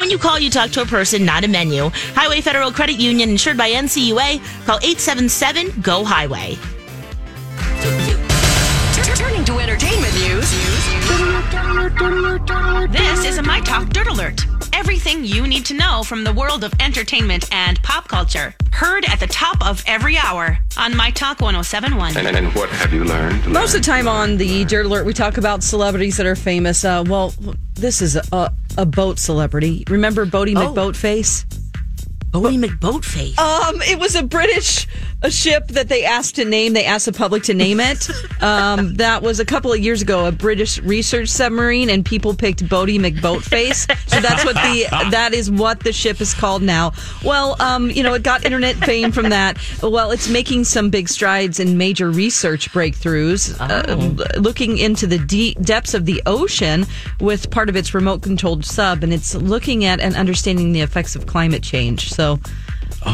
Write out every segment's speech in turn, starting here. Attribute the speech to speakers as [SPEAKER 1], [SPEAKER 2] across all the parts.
[SPEAKER 1] When you call, you talk to a person, not a menu. Highway Federal Credit Union, insured by NCUA. Call 877 GO Highway.
[SPEAKER 2] Turning to entertainment news.
[SPEAKER 3] This is a My Talk Dirt Alert. Everything you need to know from the world of entertainment and pop culture. Heard at the top of every hour on My Talk 1071.
[SPEAKER 4] And, and, and what have you learned?
[SPEAKER 5] Most of the time on the Dirt Alert, we talk about celebrities that are famous. Uh, well, this is a, a boat celebrity. Remember Bodie
[SPEAKER 1] Oh.
[SPEAKER 5] McBoatface?
[SPEAKER 1] Bodie McBoatface.
[SPEAKER 5] Um, it was a British a ship that they asked to name. They asked the public to name it. Um, that was a couple of years ago. A British research submarine, and people picked Bodie McBoatface. So that's what the that is what the ship is called now. Well, um, you know, it got internet fame from that. Well, it's making some big strides in major research breakthroughs, uh, looking into the de- depths of the ocean with part of its remote controlled sub, and it's looking at and understanding the effects of climate change. So.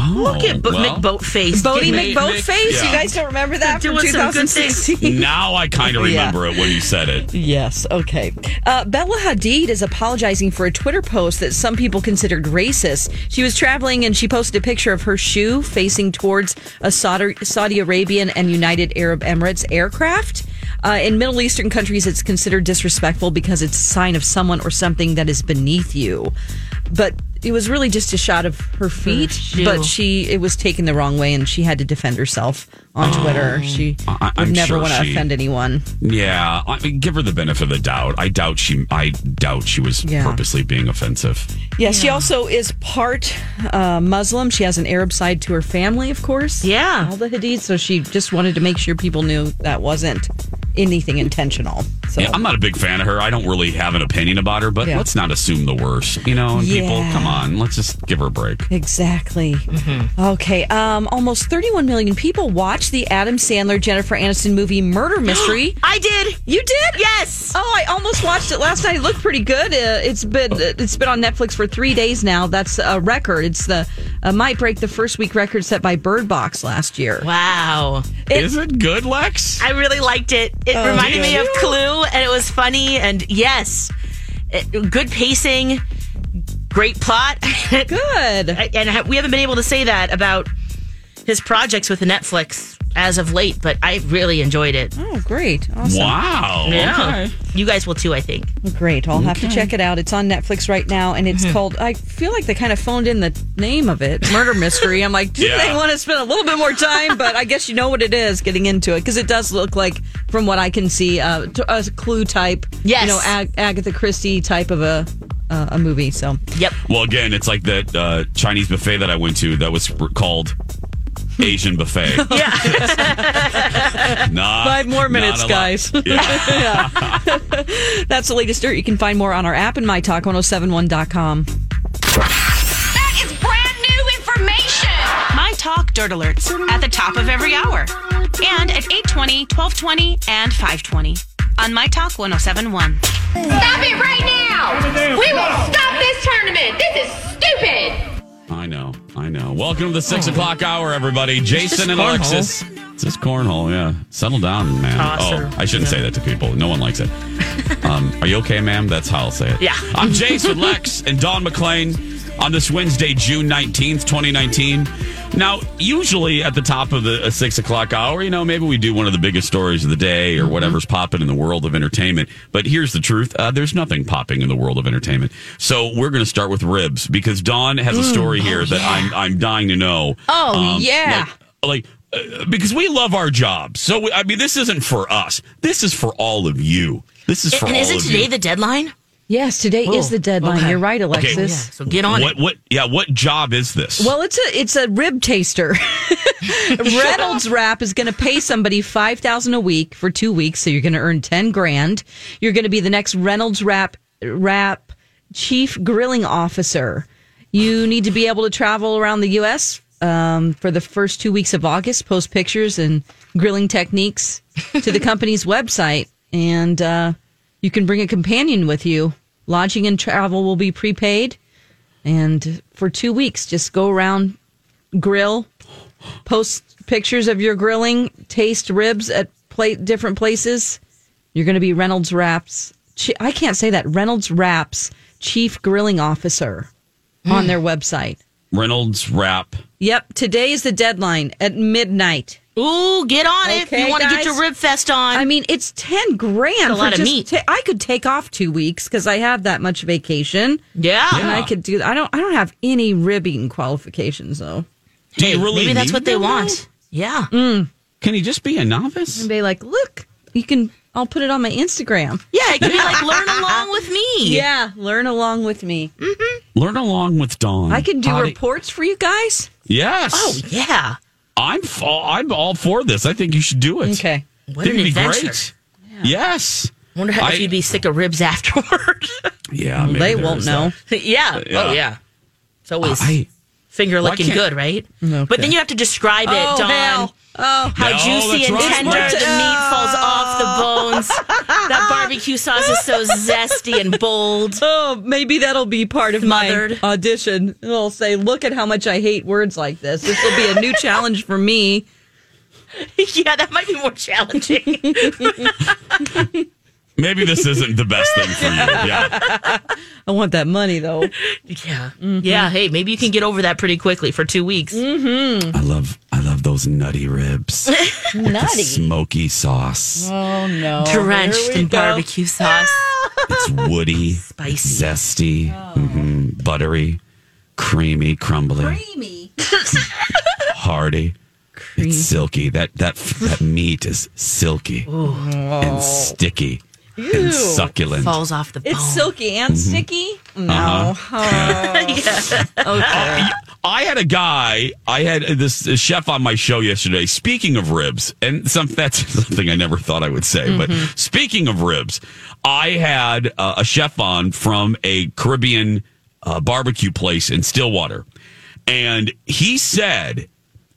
[SPEAKER 1] Look at Bo-
[SPEAKER 6] well.
[SPEAKER 1] McBoatface.
[SPEAKER 5] Bodie
[SPEAKER 6] May-
[SPEAKER 5] McBoatface? You
[SPEAKER 6] yeah.
[SPEAKER 5] guys don't remember that
[SPEAKER 1] They're
[SPEAKER 5] from
[SPEAKER 1] doing some good things.
[SPEAKER 5] 2016?
[SPEAKER 6] Now I kind of
[SPEAKER 5] Yeah.
[SPEAKER 6] remember it when you said it.
[SPEAKER 5] Yes, okay. Uh, Bella Hadid is apologizing for a Twitter post that some people considered racist. She was traveling and she posted a picture of her shoe facing towards a Saudi, Saudi Arabian and United Arab Emirates aircraft. Uh, in Middle Eastern countries, it's considered disrespectful because it's a sign of someone or something that is beneath you. But it was really just a shot of her feet,
[SPEAKER 1] shoe.
[SPEAKER 5] but she it was taken the wrong way and she had to defend herself on Twitter. She
[SPEAKER 6] Oh, I- I'm
[SPEAKER 5] would never
[SPEAKER 6] sure
[SPEAKER 5] want to
[SPEAKER 6] she-
[SPEAKER 5] offend anyone.
[SPEAKER 6] Yeah, I mean, give her the benefit of the doubt. I doubt she. I doubt she was
[SPEAKER 5] Yeah.
[SPEAKER 6] purposely being offensive.
[SPEAKER 5] Yeah, she also is part uh, Muslim. She has an Arab side to her family, of course.
[SPEAKER 1] Yeah.
[SPEAKER 5] All the Hadid. So she just wanted to make sure people knew that wasn't anything intentional. So,
[SPEAKER 6] Yeah, I'm not a big fan of her. I don't really have an opinion about her, but
[SPEAKER 5] Yeah.
[SPEAKER 6] let's not assume the worst. You know, and people,
[SPEAKER 5] Yeah.
[SPEAKER 6] come on, let's just give her a break.
[SPEAKER 5] exactly.
[SPEAKER 1] Mm-hmm.
[SPEAKER 5] Okay. Um, almost 31 million people watched the Adam Sandler Jennifer Aniston movie Murder Mystery.
[SPEAKER 1] I did.
[SPEAKER 5] you did?
[SPEAKER 1] Yes.
[SPEAKER 5] Oh, I almost watched it last night. It looked pretty good. Uh, it's been it's been on Netflix for three days now. That's a record. It's the uh, might break the first week record set by Bird Box last year.
[SPEAKER 1] Wow.
[SPEAKER 6] Is it good, Lex?
[SPEAKER 1] I really liked it. It reminded me of Clue, and it was funny. And yes, it, good pacing, great plot.
[SPEAKER 5] Good.
[SPEAKER 1] I- and ha- we haven't been able to say that about his projects with Netflix as of late, but I really enjoyed it.
[SPEAKER 5] Oh, great. Awesome.
[SPEAKER 6] Wow.
[SPEAKER 1] Yeah. You guys will too, I think.
[SPEAKER 5] Great. I'll have to check it out. It's on Netflix right now, and
[SPEAKER 6] Mm-hmm.
[SPEAKER 5] it's called, I feel like they kind of phoned in the name of it Murder Mystery. I'm like, do
[SPEAKER 6] Yeah.
[SPEAKER 5] they want to spend a little bit more time? But I guess you know what it is getting into it because it does look like, from what I can see, uh, t- a clue type,
[SPEAKER 1] Yes.
[SPEAKER 5] you know, Ag- Agatha Christie type of a. Uh, a movie, so
[SPEAKER 1] Yep.
[SPEAKER 6] Well, again, it's like that uh, Chinese buffet that I went to that was called Asian buffet.
[SPEAKER 1] Yeah.
[SPEAKER 6] Not,
[SPEAKER 5] five more
[SPEAKER 6] not
[SPEAKER 5] minutes,
[SPEAKER 6] a lot.
[SPEAKER 5] guys. That's the latest dirt. You can find more on our app and mytalk1071.com.
[SPEAKER 2] That is brand new information.
[SPEAKER 3] My Talk Dirt Alerts at the top of every hour. And at 820, 1220, and 520 on My Talk 1071.
[SPEAKER 2] Stop it right now. We will stop this tournament. This is stupid.
[SPEAKER 6] I know, I know. Welcome to the six o'clock hour, everybody. Jason and Alexis. It's just cornhole, yeah. Settle down, man.
[SPEAKER 1] Awesome.
[SPEAKER 6] Oh, I shouldn't say that to people. No one likes it. um, are you okay, ma'am? That's how I'll say it.
[SPEAKER 1] Yeah.
[SPEAKER 6] I'm Jason Lex and Dawn McClain. on this Wednesday, June 19th, 2019. Now, usually at the top of the uh, six o'clock hour, you know, maybe we do one of the biggest stories of the day
[SPEAKER 1] Mm-hmm.
[SPEAKER 6] or whatever's popping in the world of entertainment. But here's the truth uh, there's nothing popping in the world of entertainment. So we're going to start with ribs because Dawn has a
[SPEAKER 1] Mm.
[SPEAKER 6] story here
[SPEAKER 1] Oh,
[SPEAKER 6] that I'm, I'm dying to know. Um,
[SPEAKER 5] Oh, yeah.
[SPEAKER 6] Like, like, uh, because we love our jobs. So, we, I mean, this isn't for us. This is for all of you. This is for
[SPEAKER 1] And
[SPEAKER 6] all
[SPEAKER 1] isn't
[SPEAKER 6] of
[SPEAKER 1] today
[SPEAKER 6] you.
[SPEAKER 1] the deadline?
[SPEAKER 5] Yes, today is the deadline. You're right, Alexis.
[SPEAKER 1] So get on
[SPEAKER 6] what,
[SPEAKER 1] it.
[SPEAKER 6] what, yeah, what job is this?
[SPEAKER 5] Well, it's a it's a rib taster. Reynolds Wrap is going to pay somebody five thousand a week for two weeks, so you're going to earn ten grand. You're going to be the next Reynolds Wrap Wrap Chief Grilling Officer. You need to be able to travel around the U.S. Um, for the first two weeks of August. Post pictures and grilling techniques to the company's website, and uh, you can bring a companion with you. Lodging and travel will be prepaid and for two weeks just go around grill post pictures of your grilling taste ribs at pla different places you're going to be reynolds wraps chi- i can't say that reynolds wraps chief grilling officer on their website
[SPEAKER 6] Reynolds Wrap.
[SPEAKER 5] yep today is the deadline at midnight
[SPEAKER 1] Ooh, get on it. If
[SPEAKER 5] Okay,
[SPEAKER 1] you want to get
[SPEAKER 5] guys.
[SPEAKER 1] your rib fest on.
[SPEAKER 5] i mean it's 10 grand
[SPEAKER 1] a
[SPEAKER 5] for
[SPEAKER 1] lot of
[SPEAKER 5] just
[SPEAKER 1] meat.
[SPEAKER 5] ta- i could take off two weeks because i have that much vacation
[SPEAKER 1] yeah.
[SPEAKER 5] and i could do i don't i don't have any ribbing qualifications though
[SPEAKER 6] Do you really
[SPEAKER 1] Maybe that's
[SPEAKER 6] need
[SPEAKER 1] what they
[SPEAKER 6] them, though?
[SPEAKER 1] want. Yeah.
[SPEAKER 6] Can he just be a novice?
[SPEAKER 5] and be like, look, you can. I'll put it on my Instagram.
[SPEAKER 1] Yeah, it could be like learn along with me.
[SPEAKER 5] Yeah, learn along with me.
[SPEAKER 6] Learn along with Dawn.
[SPEAKER 5] I can do
[SPEAKER 6] How to-
[SPEAKER 5] reports for you guys.
[SPEAKER 6] Yes.
[SPEAKER 1] Oh, yeah.
[SPEAKER 6] I'm f- I'm all for this. I think you should do it.
[SPEAKER 5] Okay.
[SPEAKER 6] I
[SPEAKER 1] What
[SPEAKER 6] think
[SPEAKER 1] an
[SPEAKER 6] it'd be
[SPEAKER 1] adventure.
[SPEAKER 6] great. Yes.
[SPEAKER 1] Wonder how,
[SPEAKER 6] I-
[SPEAKER 1] if you'd be sick of ribs afterward.
[SPEAKER 6] Yeah. maybe
[SPEAKER 5] they
[SPEAKER 6] there
[SPEAKER 5] won't
[SPEAKER 6] is
[SPEAKER 5] know.
[SPEAKER 6] that.
[SPEAKER 1] yeah.
[SPEAKER 6] Yeah.
[SPEAKER 1] Oh, yeah. It's always
[SPEAKER 6] I-
[SPEAKER 1] finger
[SPEAKER 6] Why
[SPEAKER 1] licking
[SPEAKER 6] can't-
[SPEAKER 1] good, right? But then you have to describe it,
[SPEAKER 5] Oh,
[SPEAKER 1] Dawn.
[SPEAKER 5] hell. Oh,
[SPEAKER 1] How
[SPEAKER 6] No,
[SPEAKER 1] juicy
[SPEAKER 6] that's
[SPEAKER 1] and
[SPEAKER 6] right.
[SPEAKER 1] tender
[SPEAKER 6] It's
[SPEAKER 1] the meat falls off the bones. that barbecue sauce is so zesty and bold.
[SPEAKER 5] oh, maybe that'll be part of
[SPEAKER 1] Smothered.
[SPEAKER 5] my audition. I'll say, look at how much I hate words like this. This will be a new challenge for me.
[SPEAKER 1] yeah, that might be more challenging.
[SPEAKER 6] Maybe this isn't the best thing for you. Yeah.
[SPEAKER 5] I want that money though.
[SPEAKER 1] yeah. Yeah. Hey, maybe you can get over that pretty quickly for two weeks.
[SPEAKER 6] I love I love those nutty ribs. nutty. smoky sauce.
[SPEAKER 1] Oh, Drenched in barbecue sauce.
[SPEAKER 6] It's woody,
[SPEAKER 1] Spicy.
[SPEAKER 6] zesty, hmm buttery, creamy, crumbly. Creamy. hearty. It's silky. That that that meat is silky and sticky and succulent.
[SPEAKER 1] Falls off the bone.
[SPEAKER 5] It's silky and
[SPEAKER 6] Mm-hmm.
[SPEAKER 5] sticky. No.
[SPEAKER 6] Uh-huh. I- I had a guy. I had this chef on my show yesterday. Speaking of ribs, and some that's something I never thought I would say. But speaking of ribs, I had uh, a chef on from a Caribbean uh, barbecue place in Stillwater, and he said,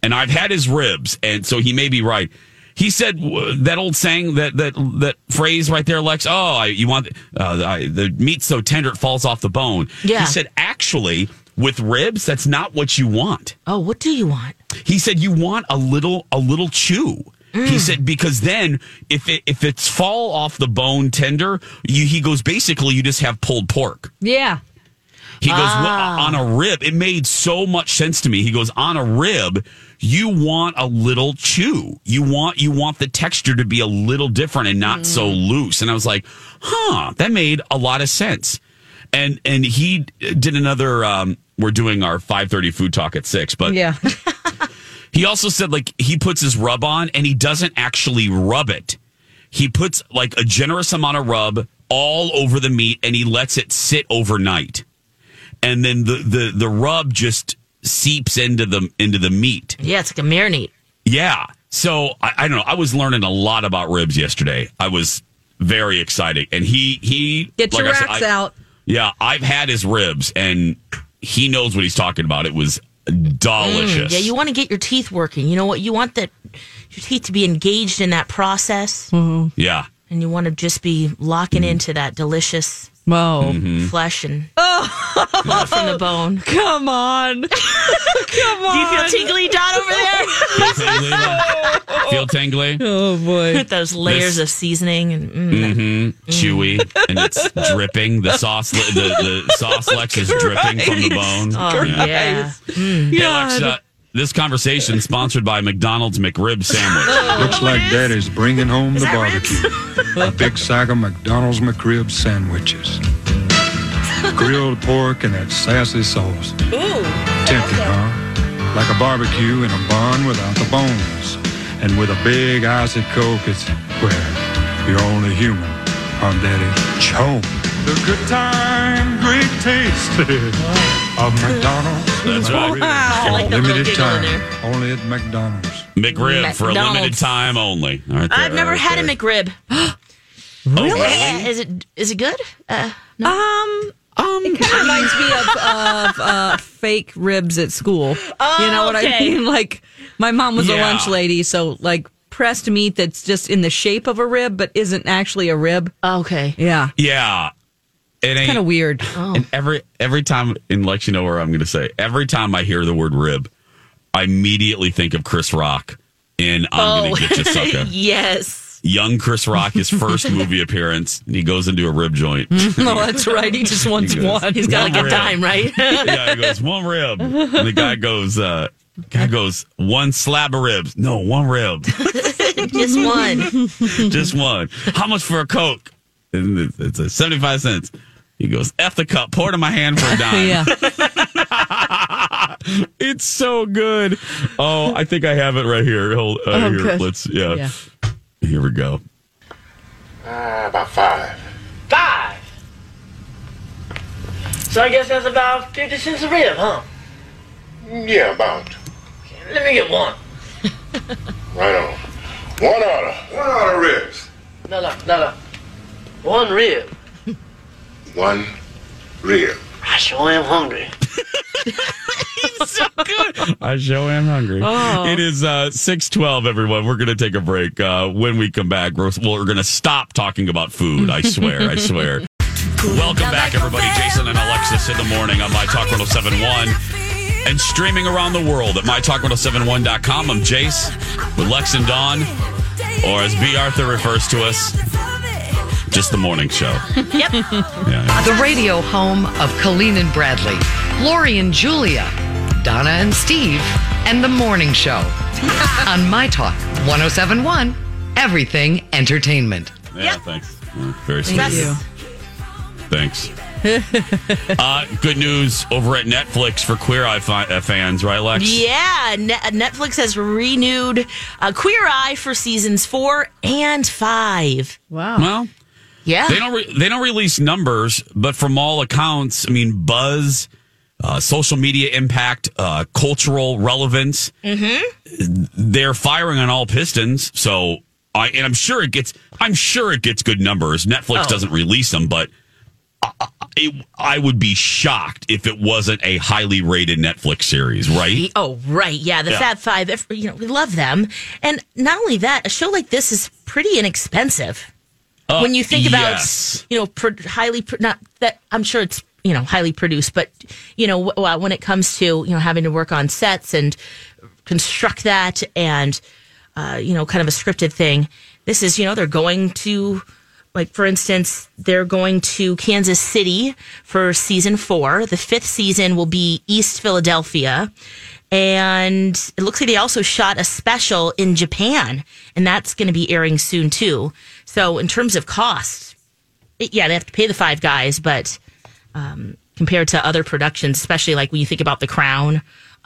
[SPEAKER 6] and I've had his ribs, and so he may be right. He said w- that old saying, that that that phrase right there, Lex. Oh, I, you want uh, I, the meat's so tender it falls off the bone.
[SPEAKER 1] Yeah.
[SPEAKER 6] He said actually with ribs that's not what you want
[SPEAKER 1] oh, what do you want?
[SPEAKER 6] he said you want a little a little chew he said because then if it if it's fall off the bone tender you, he goes basically you just have pulled pork
[SPEAKER 5] Yeah.
[SPEAKER 6] he goes well, on a rib it made so much sense to me he goes on a rib you want a little chew you want you want the texture to be a little different and not so loose and i was like huh that made a lot of sense and and he did another um we're doing our 5:30 food talk at 6 but
[SPEAKER 5] Yeah.
[SPEAKER 6] he also said like he puts his rub on and he doesn't actually rub it. He puts like a generous amount of rub all over the meat and he lets it sit overnight. And then the the the rub just seeps into the into the meat.
[SPEAKER 1] Yeah, it's like a marinade.
[SPEAKER 6] Yeah. So I, I don't know. I was learning a lot about ribs yesterday. I was very excited. And he he
[SPEAKER 5] Get your
[SPEAKER 6] like I said,
[SPEAKER 5] racks
[SPEAKER 6] I-
[SPEAKER 5] out.
[SPEAKER 6] Yeah, I've had his ribs and he knows what he's talking about. It was
[SPEAKER 5] Mm,
[SPEAKER 6] delicious.
[SPEAKER 1] Yeah, you want to get your teeth working. You know what? You want that your teeth to be engaged in that process,
[SPEAKER 6] yeah.
[SPEAKER 1] and you want to just be locking into that delicious
[SPEAKER 6] Whoa.
[SPEAKER 1] flesh and not from the bone.
[SPEAKER 6] Come on. Come on.
[SPEAKER 1] Do you feel tingly, John, over there?
[SPEAKER 5] Feel tingly? Feel tingly?
[SPEAKER 6] Oh, boy.
[SPEAKER 1] With those layers of seasoning and mm,
[SPEAKER 5] Chewy, and it's dripping. The sauce, li- the, the sauce Lex is dripping from the bone.
[SPEAKER 1] oh, yeah.
[SPEAKER 5] Hey, Alexa, this conversation sponsored by McDonald's McRib sandwich.
[SPEAKER 7] Looks like Daddy's bringing home the
[SPEAKER 1] that
[SPEAKER 7] barbecue. A big sack of McDonald's McRib sandwiches. Grilled pork and that sassy sauce. Ooh. Tempting, huh? Like a barbecue in a bun without the bones. And with a big icy coke, it's well, you're only human on Daddy Chome. The good time, great taste of McDonald's.
[SPEAKER 5] That's right.
[SPEAKER 1] I like the little
[SPEAKER 7] Limited
[SPEAKER 1] giggle in
[SPEAKER 7] time,
[SPEAKER 1] there.
[SPEAKER 7] only at McDonald's.
[SPEAKER 5] McRib for a limited
[SPEAKER 1] McDonald's.
[SPEAKER 5] time only. All right there,
[SPEAKER 1] I've never
[SPEAKER 5] right
[SPEAKER 1] had a
[SPEAKER 5] there.
[SPEAKER 1] McRib.
[SPEAKER 5] Oh,
[SPEAKER 1] Yeah, is it is it good? Uh,
[SPEAKER 6] Um, um, it kind of reminds me of, of uh, fake ribs at school. you know what I
[SPEAKER 1] okay.
[SPEAKER 6] mean? Like, my mom was a
[SPEAKER 5] Yeah.
[SPEAKER 6] lunch lady, so like pressed meat that's just in the shape of a rib but isn't actually a rib.
[SPEAKER 1] Oh, okay.
[SPEAKER 6] Yeah.
[SPEAKER 5] Yeah. It ain't
[SPEAKER 6] Kind of weird.
[SPEAKER 5] And every every time, and Lex, you know where I'm going to say. Every time I hear the word rib, I immediately think of Chris Rock in I'm going to get you sucker.
[SPEAKER 1] Yes.
[SPEAKER 5] Young Chris Rock, his first movie appearance, and he goes into a rib joint.
[SPEAKER 6] No, that's right. He just wants
[SPEAKER 5] He goes,
[SPEAKER 6] one.
[SPEAKER 5] He's
[SPEAKER 1] Got like a
[SPEAKER 5] Rib.
[SPEAKER 1] dime, right?
[SPEAKER 5] yeah, he goes one rib, and the guy goes, uh, guy goes one slab of ribs. No, one rib,
[SPEAKER 1] Just one.
[SPEAKER 5] just one. How much for a coke? And it's- it's a seventy-five cents. He goes, "F the cup, pour it in my hand for a dime."
[SPEAKER 6] Yeah.
[SPEAKER 5] It's so good. Oh, I think I have it right here. Hold, uh, here.
[SPEAKER 6] Oh, good.
[SPEAKER 5] Let's, yeah.
[SPEAKER 6] Yeah.
[SPEAKER 5] Here we go.
[SPEAKER 4] about five.
[SPEAKER 8] Five. So I guess that's about 50 cents a rib, huh?
[SPEAKER 4] Yeah, about.
[SPEAKER 8] Let me get one.
[SPEAKER 4] Right on. One order. One order ribs.
[SPEAKER 8] No, no, no, no. One rib.
[SPEAKER 4] One rib.
[SPEAKER 8] I sure am hungry.
[SPEAKER 5] I show am hungry. It is uh, six twelve. Everyone, we're going to take a break. Uh, when we come back, we're, well, we're going to stop talking about food. I swear. I swear. Welcome back, everybody. Jason and Alexis in the morning on My Talk 1071 and streaming around the world at MyTalk1071.com. I'm Jace with Lex and Dawn, or as B. Arthur refers to us, just the morning show.
[SPEAKER 1] Yep.
[SPEAKER 5] Yeah.
[SPEAKER 9] The radio home of Colleen and Bradley, Lori and Julia, Donna and Steve, and The Morning Show. On My Talk 1071, Everything Entertainment.
[SPEAKER 5] Yeah, thanks. Yeah, very sweet. Thanks. uh, good news over at Netflix for Queer Eye fi- uh, fans, right, Lex?
[SPEAKER 1] Yeah, Ne- Netflix has renewed uh, Queer Eye for seasons four and five.
[SPEAKER 5] Well,
[SPEAKER 1] Yeah.
[SPEAKER 5] they don't re- they don't release numbers, but from all accounts, I mean, buzz, uh, social media impact, uh, cultural relevance, they're firing on all pistons. So I and I'm sure it gets I'm sure it gets good numbers. Netflix doesn't release them, but. I- I- It, I would be shocked if it wasn't a highly rated Netflix series, right?
[SPEAKER 1] The- oh, right. Yeah, the
[SPEAKER 5] Yeah.
[SPEAKER 1] Fab Five. if- You know, we love them. And not only that, a show like this is pretty inexpensive. when you think about,
[SPEAKER 5] Uh, yes.
[SPEAKER 1] you know, pro- highly pro- not that I'm sure it's you know highly produced, but you know w- w- when it comes to you know having to work on sets and construct that and uh, you know kind of a scripted thing, this is you know they're going to. Like for instance, they're going to Kansas City for season four. The fifth season will be East Philadelphia, and it looks like they also shot a special in Japan, and that's going to be airing soon too. So in terms of cost, it- yeah, they have to pay the five guys, but um, compared to other productions, especially like when you think about The Crown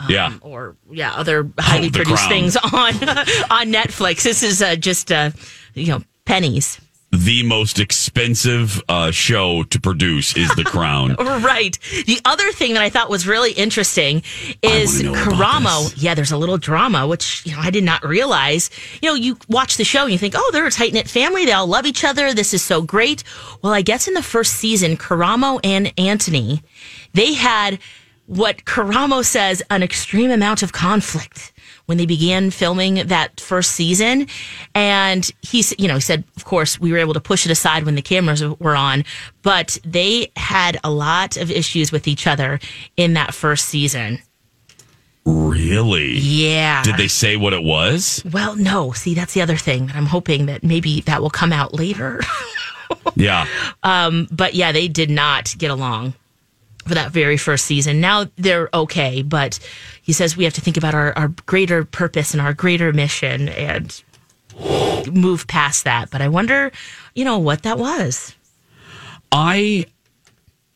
[SPEAKER 5] yeah.
[SPEAKER 1] or yeah, other highly
[SPEAKER 5] Oh, The
[SPEAKER 1] produced
[SPEAKER 5] Crown.
[SPEAKER 1] things on on Netflix, this is uh, just uh, you know pennies.
[SPEAKER 5] The most expensive uh, show to produce is The Crown.
[SPEAKER 1] Right. The other thing that I thought was really interesting is
[SPEAKER 5] wanna know about
[SPEAKER 1] Karamo.
[SPEAKER 5] this.
[SPEAKER 1] Yeah, there's a little drama, which you know I did not realize. You know, you watch the show and you think, oh, they're a tight knit family. They all love each other. This is so great. Well, I guess in the first season, Karamo and Anthony, they had what Karamo says an extreme amount of conflict when they began filming that first season. And he's, you know, he said, of course, we were able to push it aside when the cameras were on, but they had a lot of issues with each other in that first season.
[SPEAKER 5] Really?
[SPEAKER 1] Yeah.
[SPEAKER 5] Did they say what it was?
[SPEAKER 1] Well, no. See, that's the other thing that I'm hoping that maybe that will come out later.
[SPEAKER 5] Yeah.
[SPEAKER 1] Um, but yeah, they did not get along for that very first season. Now they're okay, but he says we have to think about our, our greater purpose and our greater mission and move past that. But I wonder, you know, what that was.
[SPEAKER 5] I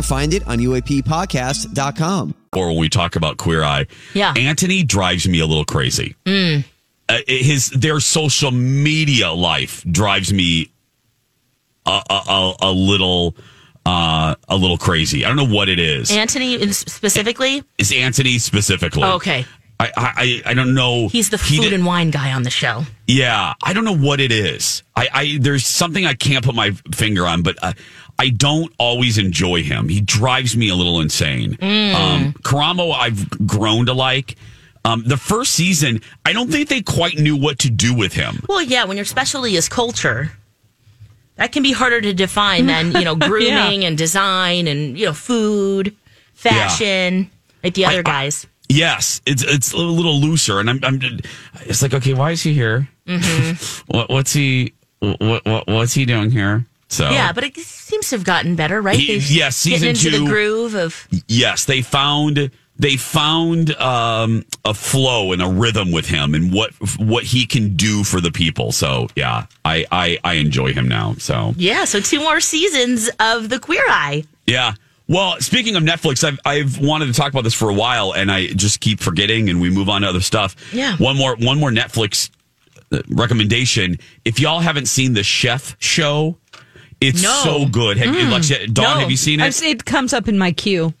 [SPEAKER 10] find it on UAPpodcast.com.
[SPEAKER 5] Or when we talk about Queer Eye,
[SPEAKER 1] yeah,
[SPEAKER 5] Anthony drives me a little crazy.
[SPEAKER 1] Mm.
[SPEAKER 5] Uh, his their social media life drives me a a, a, a little uh, a little crazy. I don't know what it is.
[SPEAKER 1] Anthony is- specifically,
[SPEAKER 5] Is Anthony specifically?
[SPEAKER 1] okay,
[SPEAKER 5] I I, I- I don't know.
[SPEAKER 1] he's the
[SPEAKER 5] He
[SPEAKER 1] food
[SPEAKER 5] did-
[SPEAKER 1] and wine guy on the show.
[SPEAKER 5] Yeah, I don't know what it is. I, I there's something I can't put my finger on, but uh, I don't always enjoy him. He drives me a little insane.
[SPEAKER 11] Mm.
[SPEAKER 5] Um, Karamo, I've grown to like. Um, the first season, I don't think they quite knew what to do with him.
[SPEAKER 1] Well, yeah, when your specialty is culture, that can be harder to define than you know
[SPEAKER 5] Yeah.
[SPEAKER 1] grooming and design and you know food, fashion, like the other guys.
[SPEAKER 5] Yes, it's it's a little looser, and I'm I'm. It's like okay, why is he here?
[SPEAKER 1] hmm
[SPEAKER 5] What what's he what, what what's he doing here? So
[SPEAKER 1] Yeah, but it seems to have gotten better, right?
[SPEAKER 5] He-
[SPEAKER 1] They've
[SPEAKER 5] oh. yeah, season
[SPEAKER 1] getting into
[SPEAKER 5] two-
[SPEAKER 1] the groove of
[SPEAKER 5] Yes, they found they found um, a flow and a rhythm with him and what what he can do for the people. So yeah, I I, I enjoy him now. So
[SPEAKER 1] yeah. So two more seasons of the Queer Eye.
[SPEAKER 5] yeah. Well, speaking of Netflix, I've I've wanted to talk about this for a while, and I just keep forgetting, and we move on to other stuff.
[SPEAKER 1] Yeah.
[SPEAKER 5] One more one more Netflix uh, recommendation. If y'all haven't seen the Chef Show, it's
[SPEAKER 6] No.
[SPEAKER 5] so good. Have you,
[SPEAKER 6] Mm.
[SPEAKER 5] Alexia- Dawn,
[SPEAKER 6] No.
[SPEAKER 5] have you seen it?
[SPEAKER 6] I've it comes up in my queue.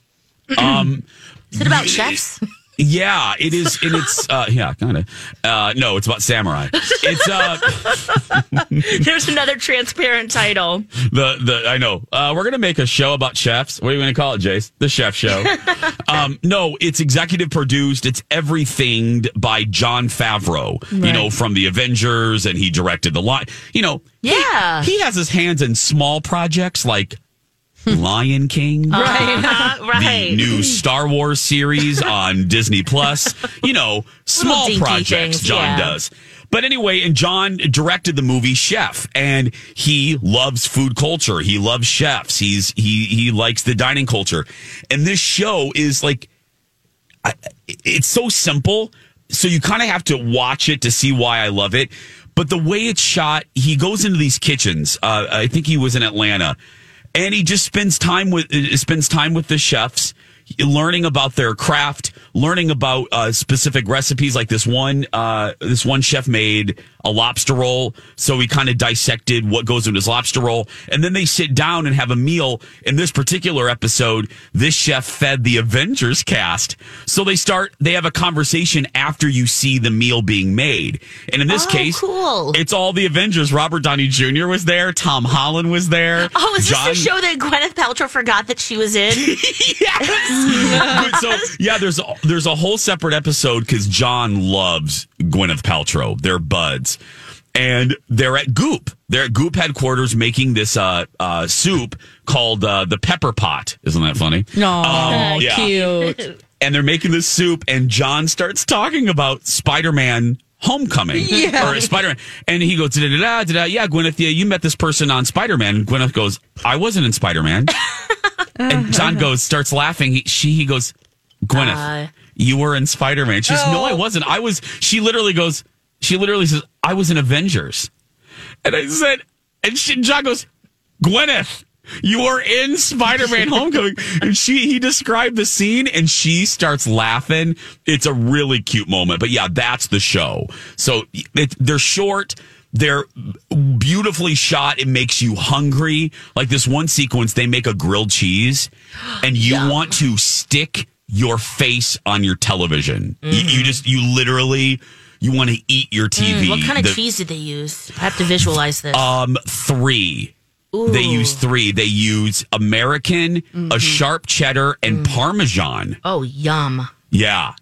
[SPEAKER 5] Um,
[SPEAKER 1] Is it about chefs?
[SPEAKER 5] Yeah, it is, and it's uh, yeah, kind of. Uh, no, it's about samurai. It's uh,
[SPEAKER 1] There's another transparent title.
[SPEAKER 5] the the I know. Uh, we're gonna make a show about chefs. What are you gonna call it, Jace? The Chef Show. um, no, it's executive produced. It's everything by John Favreau. You
[SPEAKER 11] Right.
[SPEAKER 5] know, from the Avengers, and he directed the lot. You know, he-
[SPEAKER 11] Yeah.
[SPEAKER 5] he, has his hands in small projects like Lion King,
[SPEAKER 11] Uh-huh, right.
[SPEAKER 5] The new Star Wars series on Disney Plus. You know, small
[SPEAKER 11] dinky
[SPEAKER 5] projects
[SPEAKER 11] things,
[SPEAKER 5] John
[SPEAKER 11] yeah.
[SPEAKER 5] does. But anyway, and John directed the movie Chef, and he loves food culture. He loves chefs. He's he he likes the dining culture, and this show is like, I, it's so simple. So you kind of have to watch it to see why I love it. But the way it's shot, he goes into these kitchens. Uh, I think he was in Atlanta, and he just spends time with uh, spends time with the chefs learning about their craft, learning about uh, specific recipes. Like this one, uh, this one chef made a lobster roll, so he kind of dissected what goes into his lobster roll, and then they sit down and have a meal. In this particular episode, this chef fed the Avengers cast, so they start they have a conversation after you see the meal being made, and in
[SPEAKER 1] Oh,
[SPEAKER 5] this case, it's all the Avengers. Robert Downey Jr. was there, Tom Holland was there.
[SPEAKER 1] Oh, is
[SPEAKER 5] John-
[SPEAKER 1] this the show that Gwyneth Paltrow forgot that she was in?
[SPEAKER 5] But so yeah, there's a, there's a whole separate episode because John loves Gwyneth Paltrow. They're buds, and they're at Goop. They're at Goop headquarters making this uh, uh, soup called uh, the Pepper Pot. Isn't that funny?
[SPEAKER 11] Aw,
[SPEAKER 5] Um, yeah.
[SPEAKER 11] cute.
[SPEAKER 5] And they're making this soup, and John starts talking about Spider Man. Homecoming
[SPEAKER 11] Yeah.
[SPEAKER 5] or Spider Man, and he goes da da da da da. Yeah, Gwyneth, yeah, you met this person on Spider Man. And Gwyneth goes, I wasn't in Spider Man. And John goes, starts laughing. He, she, he goes, Gwyneth,
[SPEAKER 11] Uh. Oh.
[SPEAKER 5] you were in Spider Man. She says, No, I wasn't. I was. She literally goes. She literally says, I was in Avengers. And I said, and she, John goes, Gwyneth, You are in Spider-Man: Homecoming, and she he described the scene, and she starts laughing. It's a really cute moment, but yeah, that's the show. So it, they're short, they're beautifully shot. It makes you hungry. Like this one sequence, they make a grilled cheese, and you want to stick your face on your television. You, you just you literally you want to eat your TV.
[SPEAKER 1] Mm-hmm. Mm, what kind of
[SPEAKER 5] The-
[SPEAKER 1] cheese did they use? I have to visualize this.
[SPEAKER 5] um, three.
[SPEAKER 1] Ooh. Mm-hmm.
[SPEAKER 5] They use three. They use American, a sharp cheddar,
[SPEAKER 1] Mm.
[SPEAKER 5] and Parmesan.
[SPEAKER 1] oh, yum.
[SPEAKER 5] Yeah.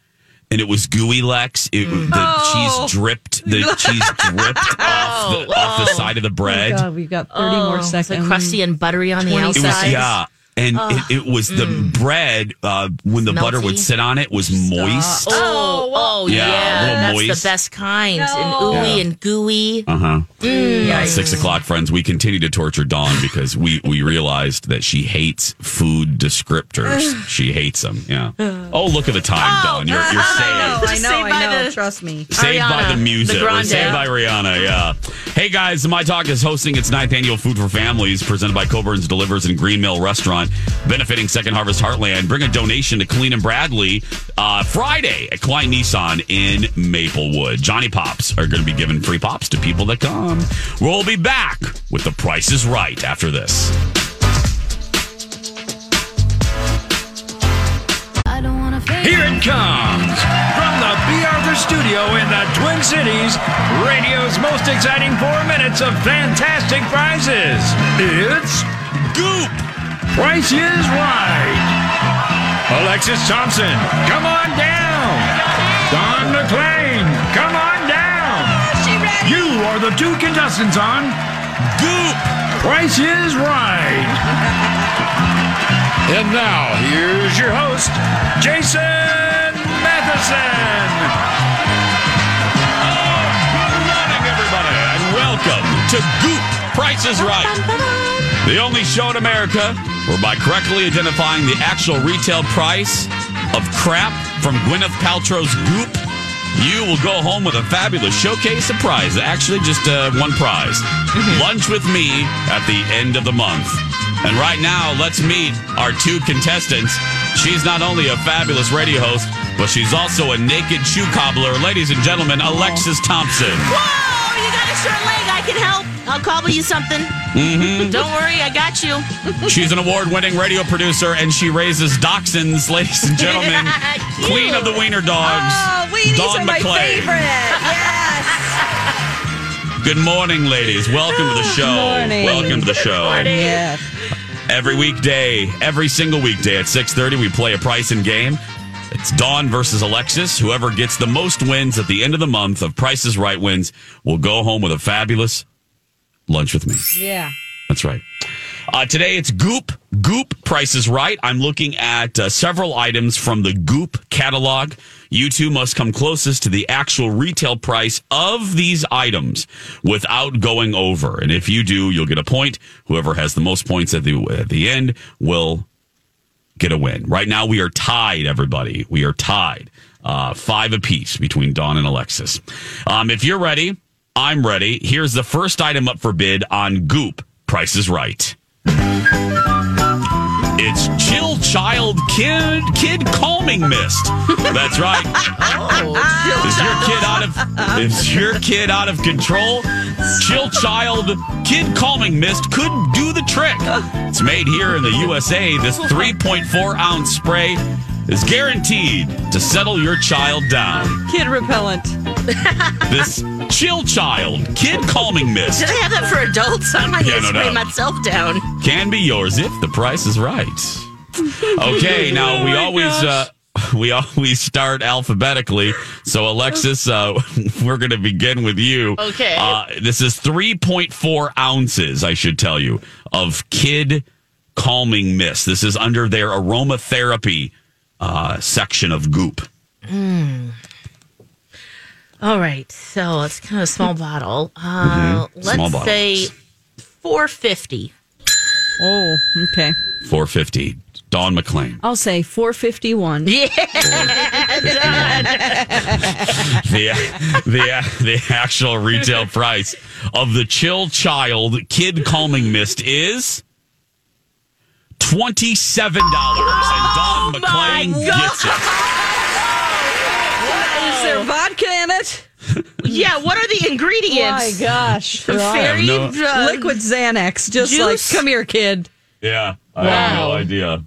[SPEAKER 5] And it was gooey Lex. It, The
[SPEAKER 1] Oh.
[SPEAKER 5] cheese dripped. The cheese dripped off, the, off
[SPEAKER 1] Oh.
[SPEAKER 5] the side of the bread.
[SPEAKER 6] God, we've got 30 more
[SPEAKER 1] it's like
[SPEAKER 6] seconds.
[SPEAKER 1] crusty and buttery on the
[SPEAKER 5] It was-
[SPEAKER 1] outside.
[SPEAKER 5] yeah. And
[SPEAKER 1] Ugh. Mm.
[SPEAKER 5] it, it was the bread uh, when the butter
[SPEAKER 1] Melty.
[SPEAKER 5] would sit on it was moist.
[SPEAKER 1] Oh, oh
[SPEAKER 5] Yeah,
[SPEAKER 1] yeah,
[SPEAKER 5] a little
[SPEAKER 1] that's
[SPEAKER 5] moist.
[SPEAKER 1] the best kind. And ooey
[SPEAKER 5] Yeah.
[SPEAKER 1] and gooey.
[SPEAKER 5] Uh-huh. Uh
[SPEAKER 1] Mm.
[SPEAKER 5] Six o'clock, friends. We continue to torture Dawn because we we realized that she hates food descriptors. she hates them. Yeah. Oh, look at the time, Dawn. You're you're saved.
[SPEAKER 6] oh, I know,
[SPEAKER 1] Saved by
[SPEAKER 6] I know.
[SPEAKER 1] the-
[SPEAKER 6] Trust me.
[SPEAKER 5] Saved by the
[SPEAKER 1] Ariana,
[SPEAKER 5] music.
[SPEAKER 1] the
[SPEAKER 5] We're
[SPEAKER 1] Grande.
[SPEAKER 5] saved by Rihanna, yeah. Hey guys, My Talk is hosting its ninth annual Food for Families presented by Coburn's Delivers and Green Mill Restaurant, benefiting Second Harvest Heartland. Bring a donation to Colleen and Bradley uh, Friday at Klein Nissan in Maplewood. Johnny Pops are going to be giving free pops to people that come. We'll be back with The Price is Right after this.
[SPEAKER 12] Here it comes from the B. Arthur Studio in the Twin Cities. Radio's most exciting four minutes of fantastic prizes. It's Goop. Price is right. Alexis Thompson, come on down. Don McLean, come on down. You are the two contestants on Goop. Price is right. And now, here's your host, Jason Matheson.
[SPEAKER 5] everybody, and welcome to Goop Price is Right. The only show in America where by correctly identifying the actual retail price of crap from Gwyneth Paltrow's Goop, you will go home with a fabulous showcase of prize. Actually, just uh, one prize. Lunch with me at the end of the month. And right now, let's meet our two contestants. She's not only a fabulous radio host, but she's also a naked shoe cobbler. Ladies and gentlemen, Alexis Thompson.
[SPEAKER 1] Whoa, you got a short leg. I can help. I'll cobble you something.
[SPEAKER 6] Mm-hmm.
[SPEAKER 5] Mhm.
[SPEAKER 1] Don't worry, I got you.
[SPEAKER 5] She's an award winning radio producer and she raises dachshunds, ladies and gentlemen.
[SPEAKER 1] Cute.
[SPEAKER 5] Queen of the wiener dogs.
[SPEAKER 6] Oh, weenies
[SPEAKER 5] Dawn
[SPEAKER 6] are my
[SPEAKER 5] McClain.
[SPEAKER 6] favorite. Yes.
[SPEAKER 5] Good morning, ladies. Welcome to the show.
[SPEAKER 6] morning.
[SPEAKER 5] Welcome to the show.
[SPEAKER 6] Yeah.
[SPEAKER 5] Every weekday, every single weekday at 6:30 we play a price and game. It's Dawn versus Alexis. Whoever gets the most wins at the end of the month of Prices Right wins will go home with a fabulous lunch with me.
[SPEAKER 6] Yeah.
[SPEAKER 5] That's right. Uh, today it's Goop. Goop Price is Right. I'm looking at uh, several items from the Goop catalog. You two must come closest to the actual retail price of these items without going over. And if you do, you'll get a point. Whoever has the most points at the at the end will get a win. Right now we are tied, everybody. We are tied. Uh, five apiece between Dawn and Alexis. Um, if you're ready, I'm ready. Here's the first item up for bid on Goop. Price is right. It's Chill Child Kid Kid Calming Mist. That's right. is your kid out of is your kid out of control? Chill Child Kid Calming Mist could do the trick. It's made here in the USA. This 3.4 ounce spray is guaranteed to settle your child down.
[SPEAKER 6] Kid repellent.
[SPEAKER 5] This Chill Child Kid Calming Mist
[SPEAKER 1] Did I have that for adults? I'm not
[SPEAKER 5] Yeah,
[SPEAKER 1] going to
[SPEAKER 5] no
[SPEAKER 1] spray
[SPEAKER 5] doubt.
[SPEAKER 1] myself down.
[SPEAKER 5] can be yours if the price is right. Okay,
[SPEAKER 1] Oh
[SPEAKER 5] now we always uh, we always start alphabetically. So Alexis, uh, we're going to begin with you.
[SPEAKER 11] Okay.
[SPEAKER 5] Uh, this is three point four ounces, I should tell you, of Kid Calming Mist. This is under their aromatherapy uh, section of Goop.
[SPEAKER 1] Mm. All right, so it's kind of a small bottle. Uh,
[SPEAKER 6] Mm-hmm.
[SPEAKER 5] Mhm.
[SPEAKER 1] Let's
[SPEAKER 5] Small bottle.
[SPEAKER 1] say 450.
[SPEAKER 6] Oh, okay.
[SPEAKER 5] Four fifty. Dawn McLean.
[SPEAKER 6] I'll say 451.
[SPEAKER 1] Yeah.
[SPEAKER 5] the the the actual retail price of the Chill Child Kid Calming Mist is $27.
[SPEAKER 6] Oh
[SPEAKER 5] and Don McLean gets it.
[SPEAKER 6] Is there vodka in it?
[SPEAKER 1] yeah, what are the ingredients?
[SPEAKER 6] my gosh.
[SPEAKER 1] Some
[SPEAKER 6] Right.
[SPEAKER 1] fairy,
[SPEAKER 5] I have no-
[SPEAKER 1] uh,
[SPEAKER 6] Liquid Xanax. Just
[SPEAKER 1] juice?
[SPEAKER 6] like, come here, kid.
[SPEAKER 5] Yeah. I have no
[SPEAKER 6] Wow. Oh
[SPEAKER 5] idea.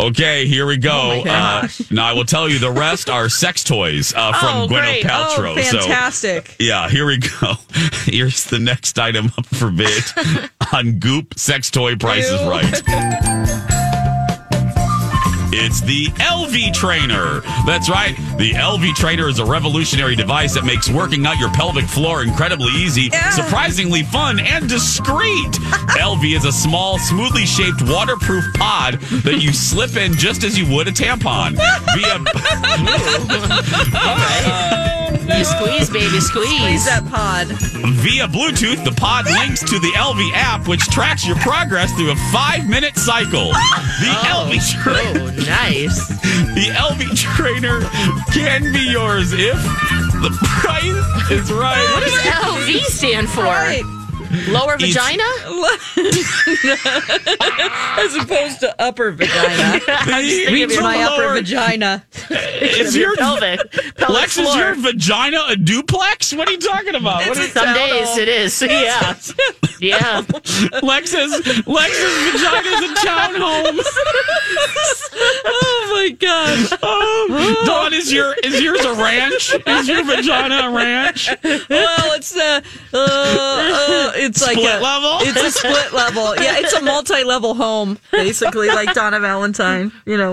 [SPEAKER 5] Okay, here we go. uh,
[SPEAKER 6] gosh.
[SPEAKER 5] now I will tell you the rest are sex toys uh, from
[SPEAKER 6] oh,
[SPEAKER 5] Gwyneth
[SPEAKER 6] great.
[SPEAKER 5] Paltrow.
[SPEAKER 6] Oh,
[SPEAKER 5] So-
[SPEAKER 6] fantastic.
[SPEAKER 5] Yeah, here we go. Here's the next item up for bid on Goop Sex Toy Price is Right. It's the LV Trainer. That's right. The LV Trainer is a revolutionary device that makes working out your pelvic floor incredibly easy, surprisingly fun, and discreet. LV is a small, smoothly shaped waterproof pod that you slip in just as you would a tampon.
[SPEAKER 1] You squeeze, baby, squeeze. Squeeze that
[SPEAKER 6] pod.
[SPEAKER 5] Via Bluetooth, the pod links to the LV app, which tracks your progress through a five-minute cycle. The LV trainer, oh,
[SPEAKER 1] nice.
[SPEAKER 5] The LV trainer can be yours if the price is right.
[SPEAKER 1] What does LV stand for? Lower
[SPEAKER 5] It's-
[SPEAKER 1] vagina?
[SPEAKER 6] As opposed to upper vagina. Reach my upper vagina.
[SPEAKER 5] Is your pelvic, Lex, is your vagina a duplex? What are you talking about? What is-
[SPEAKER 1] Some days it is. Yeah. yeah.
[SPEAKER 5] Lex's Lex's vagina is a townhome.
[SPEAKER 6] oh my gosh.
[SPEAKER 5] Um, Dawn, is your is yours a ranch? Is your vagina a ranch?
[SPEAKER 1] Oh
[SPEAKER 6] Well, it's a, uh, uh, it's like
[SPEAKER 5] Split
[SPEAKER 6] a,
[SPEAKER 5] level?
[SPEAKER 6] It's a split level. Yeah, it's a multi-level home, basically, like Donna Valentine. You know,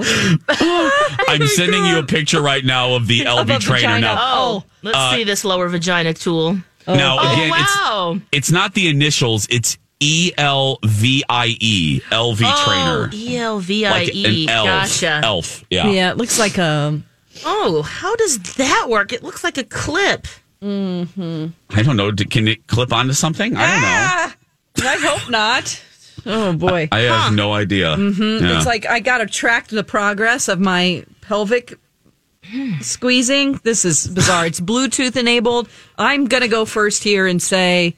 [SPEAKER 5] I'm sending you a picture right now of the LV
[SPEAKER 1] Above
[SPEAKER 5] trainer.
[SPEAKER 1] vagina.
[SPEAKER 5] Now,
[SPEAKER 1] Oh, let's
[SPEAKER 5] uh,
[SPEAKER 1] see this lower vagina tool.
[SPEAKER 5] Now,
[SPEAKER 1] oh,
[SPEAKER 5] again, it's-
[SPEAKER 1] wow.
[SPEAKER 5] it's not the initials. It's E L V I E LV
[SPEAKER 1] oh,
[SPEAKER 5] trainer.
[SPEAKER 1] E L V I
[SPEAKER 5] Like
[SPEAKER 1] E.
[SPEAKER 5] an elf.
[SPEAKER 1] Gotcha.
[SPEAKER 5] Elf. Yeah.
[SPEAKER 6] it looks like a.
[SPEAKER 1] Oh, how does that work? It looks like a clip.
[SPEAKER 6] Mm-hmm.
[SPEAKER 5] I don't know. d- Can it clip onto something? I don't know.
[SPEAKER 6] Ah, I hope not. Oh boy.
[SPEAKER 5] I have no idea.
[SPEAKER 1] Mm-hmm.
[SPEAKER 6] hmm
[SPEAKER 5] Yeah.
[SPEAKER 6] It's like I got to track the progress of my pelvic squeezing. This is bizarre. It's Bluetooth enabled. I'm going to go first here and say,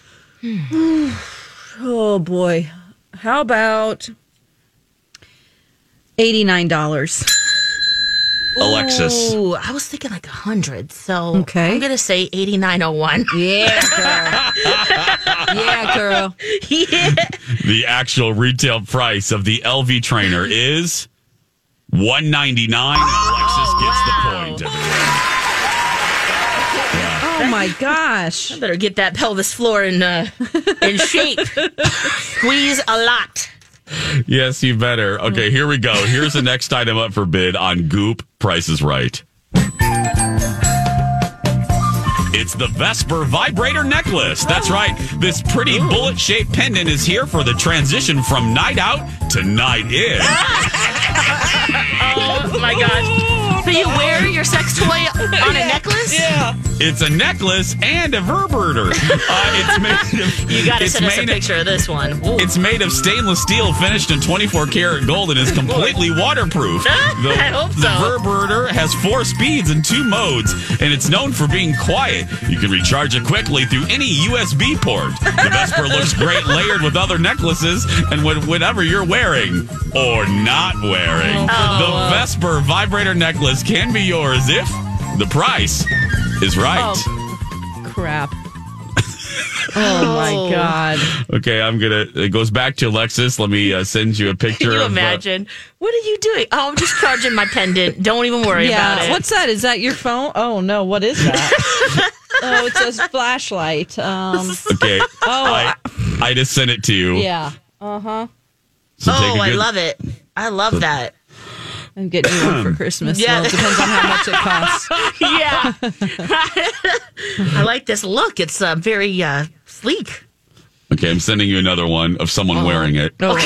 [SPEAKER 6] oh boy, how about $89?
[SPEAKER 5] Alexis.
[SPEAKER 1] Ooh, I was thinking like a hundred. So I'm gonna say eighty nine oh one.
[SPEAKER 6] Yeah, girl. yeah, girl.
[SPEAKER 1] yeah.
[SPEAKER 5] the actual retail price of the LV trainer
[SPEAKER 1] Mm-hmm.
[SPEAKER 5] is one ninety nine.
[SPEAKER 1] Oh,
[SPEAKER 5] Alexis gets the point.
[SPEAKER 6] Oh my gosh! I
[SPEAKER 1] better get that pelvis floor in uh, in shape. Squeeze a lot.
[SPEAKER 5] Yes, you better. Okay, here we go. Here's the next item up for bid on Goop Price is Right. It's the Vesper Vibrator Necklace. That's
[SPEAKER 1] Oh.
[SPEAKER 5] right. This pretty bullet shaped pendant is here for the transition from night out to night in.
[SPEAKER 1] Oh my gosh. So you wear your sex toy on a necklace? Yeah.
[SPEAKER 5] It's a necklace and a vibrator. Uh, it's made of,
[SPEAKER 1] You gotta
[SPEAKER 5] it's
[SPEAKER 1] send us a
[SPEAKER 5] made of-
[SPEAKER 1] picture of this one. Ooh.
[SPEAKER 5] It's made of stainless steel finished in 24 karat gold and is completely waterproof. The,
[SPEAKER 1] I hope
[SPEAKER 5] the
[SPEAKER 1] so.
[SPEAKER 5] Verberter has four speeds and two modes, and it's known for being quiet. You can recharge it quickly through any USB port. The Vesper looks great layered with other necklaces and with whatever you're wearing or not wearing.
[SPEAKER 1] Oh.
[SPEAKER 5] The Vesper vibrator necklace can be yours if the price is right.
[SPEAKER 1] Oh.
[SPEAKER 6] Crap. Oh my god.
[SPEAKER 5] Okay, I'm gonna. It goes back to Alexis. Let me uh, send you a picture.
[SPEAKER 1] Can you
[SPEAKER 5] of, uh,
[SPEAKER 1] imagine? what are you doing? Oh, I'm just charging my pendant. Don't even worry
[SPEAKER 6] yeah.
[SPEAKER 1] about it.
[SPEAKER 6] What's that? Is that your phone? Oh no, what is that? oh, it says flashlight. Um
[SPEAKER 5] Okay. oh,
[SPEAKER 6] I,
[SPEAKER 5] I just sent it to you.
[SPEAKER 6] yeah. Uh-huh.
[SPEAKER 5] So take
[SPEAKER 1] oh,
[SPEAKER 5] a
[SPEAKER 1] I
[SPEAKER 5] good-
[SPEAKER 1] love it. I love
[SPEAKER 5] So-
[SPEAKER 1] that.
[SPEAKER 6] I'm getting you one for Christmas.
[SPEAKER 1] Yeah.
[SPEAKER 6] Yeah. Well, it depends on how much it costs.
[SPEAKER 1] yeah. I like this look. It's uh, very uh, sleek.
[SPEAKER 5] Okay, I'm sending you another one of someone
[SPEAKER 1] Oh.
[SPEAKER 5] wearing it.
[SPEAKER 6] good.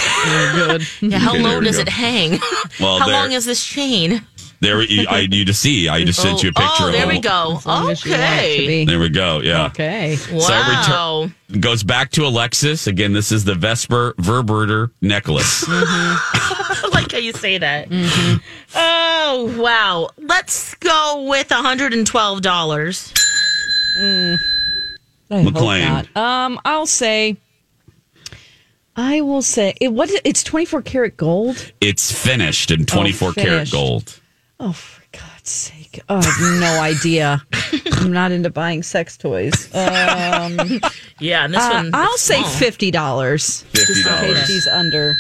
[SPEAKER 1] Yeah, how
[SPEAKER 5] Okay, there
[SPEAKER 1] low
[SPEAKER 5] we
[SPEAKER 1] does
[SPEAKER 5] go.
[SPEAKER 1] it hang?
[SPEAKER 5] Well,
[SPEAKER 1] how
[SPEAKER 5] there-
[SPEAKER 1] long is this chain?
[SPEAKER 5] There, you, I you to see. I just sent you a picture.
[SPEAKER 1] Oh,
[SPEAKER 5] of
[SPEAKER 1] there
[SPEAKER 5] it.
[SPEAKER 1] we go. Okay.
[SPEAKER 5] There we go. Yeah.
[SPEAKER 6] Okay.
[SPEAKER 1] Wow.
[SPEAKER 5] Goes back to Alexis again. This is the Vesper Verberter necklace.
[SPEAKER 1] Oh, I like how you say that.
[SPEAKER 6] Mm-hmm.
[SPEAKER 1] Oh, wow. Let's go with $112.
[SPEAKER 6] I hope
[SPEAKER 5] McLean.
[SPEAKER 6] not. Um, I'll say I will say it. What it's twenty four karat gold.
[SPEAKER 5] It's finished
[SPEAKER 1] Oh,
[SPEAKER 5] in 24 karat
[SPEAKER 6] finished.
[SPEAKER 5] gold.
[SPEAKER 6] Oh, for God's sake! Oh, I have no idea. I'm not into buying sex toys. Um,
[SPEAKER 1] yeah, and this
[SPEAKER 6] uh,
[SPEAKER 1] one,
[SPEAKER 6] I'll
[SPEAKER 1] it's
[SPEAKER 6] say
[SPEAKER 1] small.
[SPEAKER 6] fifty dollars.
[SPEAKER 5] $50.
[SPEAKER 6] She's under.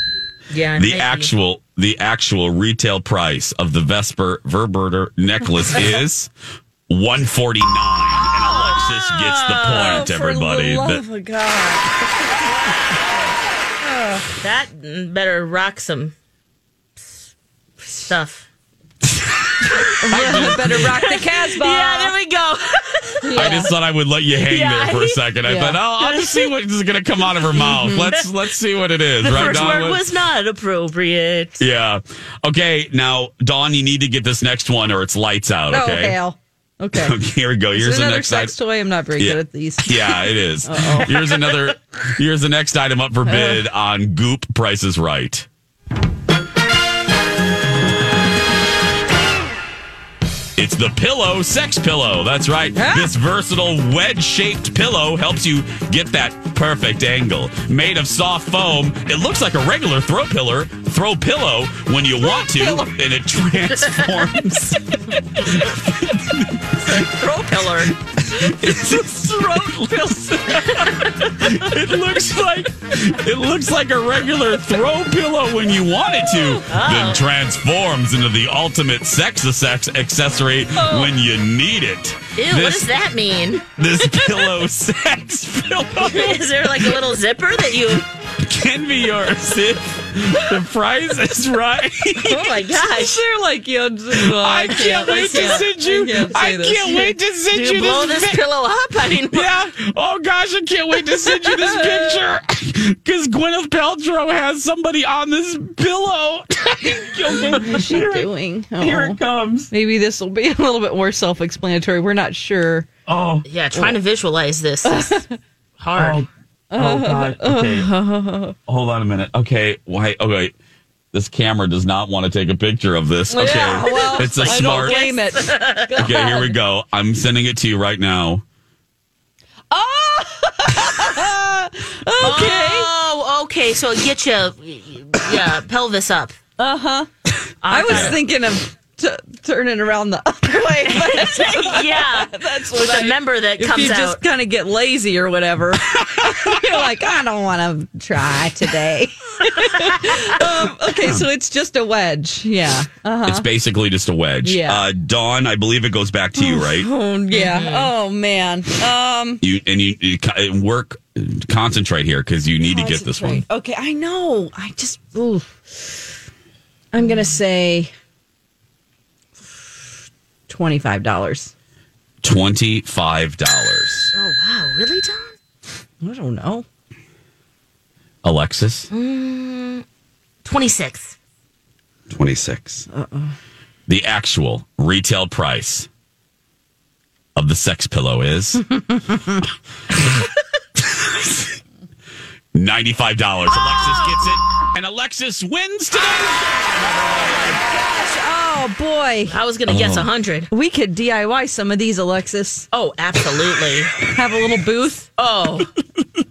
[SPEAKER 1] Yeah.
[SPEAKER 5] The actual the actual retail price of the Vesper Verberter necklace is 149 and Alexis gets the point everybody.
[SPEAKER 1] Ah, For the
[SPEAKER 5] That-
[SPEAKER 1] love of God. Oh, that better rock some s- stuff.
[SPEAKER 6] You better rock the Casbah.
[SPEAKER 1] Yeah, there we go.
[SPEAKER 5] I just thought I would let you hang
[SPEAKER 1] Yeah,
[SPEAKER 5] there for
[SPEAKER 1] I-
[SPEAKER 5] a second. I
[SPEAKER 1] yeah.
[SPEAKER 5] thought, oh, I'll just see what is going to come out of her mouth.
[SPEAKER 1] Mhm.
[SPEAKER 5] Let's let's see what it is.
[SPEAKER 1] the
[SPEAKER 5] right,
[SPEAKER 1] first
[SPEAKER 5] Dawn?
[SPEAKER 1] word
[SPEAKER 5] What-
[SPEAKER 1] was not appropriate.
[SPEAKER 5] Yeah. Okay. Now, Dawn, you need to get this next one, or it's lights out.
[SPEAKER 6] Oh,
[SPEAKER 5] Okay.
[SPEAKER 6] hell. Okay.
[SPEAKER 5] Here we go.
[SPEAKER 6] Is it
[SPEAKER 5] Here's the
[SPEAKER 6] another
[SPEAKER 5] next
[SPEAKER 6] sex
[SPEAKER 5] item.
[SPEAKER 6] toy. I'm not very
[SPEAKER 5] Yeah.
[SPEAKER 6] good at these.
[SPEAKER 5] Yeah, it is.
[SPEAKER 6] Uh-oh.
[SPEAKER 5] Here's another. Here's the next item up for bid on Goop Prices Right. It's the pillow sex pillow. That's right. This versatile wedge shaped pillow helps you get that perfect angle. Made of soft foam, it looks like a regular throw pillar, throw pillow when you want to, and it transforms.
[SPEAKER 1] throw pillar.
[SPEAKER 5] It's a throat pillow. it looks like it looks like a regular throw pillow when you want it to, then transforms into the ultimate sex acce- accessory
[SPEAKER 1] Oh.
[SPEAKER 5] when you need it.
[SPEAKER 1] Ew, what does that mean?
[SPEAKER 5] This pillow sex pillow.
[SPEAKER 1] Is there like a little zipper that you?
[SPEAKER 5] can be yours if the price is right.
[SPEAKER 1] Oh my gosh!
[SPEAKER 6] They're like you.
[SPEAKER 5] I can't wait to send you. I can't wait to send
[SPEAKER 1] Do
[SPEAKER 5] you
[SPEAKER 1] you blow
[SPEAKER 5] this,
[SPEAKER 1] this
[SPEAKER 5] pic-
[SPEAKER 1] pillow up? I mean,
[SPEAKER 5] yeah. Oh gosh, I can't wait to send you this picture because Gwyneth Paltrow has somebody on this pillow.
[SPEAKER 6] What is she doing? Oh. Here it
[SPEAKER 5] comes.
[SPEAKER 6] Maybe this will be a little bit more self-explanatory. We're not sure.
[SPEAKER 5] Oh.
[SPEAKER 1] Yeah, trying to visualize this is hard.
[SPEAKER 5] Oh, God. Okay. Hold on a minute. Okay. Why? Okay. This camera does not want to take a picture of this. Okay.
[SPEAKER 6] Yeah, well,
[SPEAKER 5] it's a smart.
[SPEAKER 6] I don't blame it.
[SPEAKER 5] Okay, here we go. I'm sending it to you right now.
[SPEAKER 1] Oh, okay. So it gets you, yeah, pelvis up.
[SPEAKER 6] Uh huh. I was thinking of t- turning around the other way. But
[SPEAKER 1] yeah,
[SPEAKER 6] that's
[SPEAKER 1] with
[SPEAKER 6] what
[SPEAKER 1] a
[SPEAKER 6] I-
[SPEAKER 1] member that
[SPEAKER 6] if
[SPEAKER 1] comes
[SPEAKER 6] you just
[SPEAKER 1] out.
[SPEAKER 6] kind of get lazy or whatever, you're like, I don't want to try today. um, okay, so it's just a wedge. Yeah. Uh
[SPEAKER 5] It's
[SPEAKER 6] huh.
[SPEAKER 5] basically just a wedge.
[SPEAKER 6] Yeah.
[SPEAKER 5] Uh, Dawn, I believe it goes back to you, right?
[SPEAKER 6] Oh, yeah.
[SPEAKER 1] Mm-hmm.
[SPEAKER 6] Oh man. Um.
[SPEAKER 5] You and you, you co- work, concentrate here because you
[SPEAKER 1] Oh,
[SPEAKER 5] need to get this one.
[SPEAKER 6] Okay, I know. I just. Ooh. I'm gonna say twenty five dollars.
[SPEAKER 5] Twenty-five dollars.
[SPEAKER 1] Oh wow, really, Tom?
[SPEAKER 6] I don't know.
[SPEAKER 5] Alexis,
[SPEAKER 1] Mm, Twenty six.
[SPEAKER 5] twenty-six.
[SPEAKER 6] Uh-uh.
[SPEAKER 5] The actual retail price of the sex pillow is ninety-five dollars. Alexis gets it, and Alexis wins today.
[SPEAKER 6] Oh boy.
[SPEAKER 1] I was gonna guess
[SPEAKER 5] Oh.
[SPEAKER 1] a hundred.
[SPEAKER 6] We could DIY some of these, Alexis.
[SPEAKER 1] Oh, absolutely.
[SPEAKER 6] Have a little booth.
[SPEAKER 1] Oh,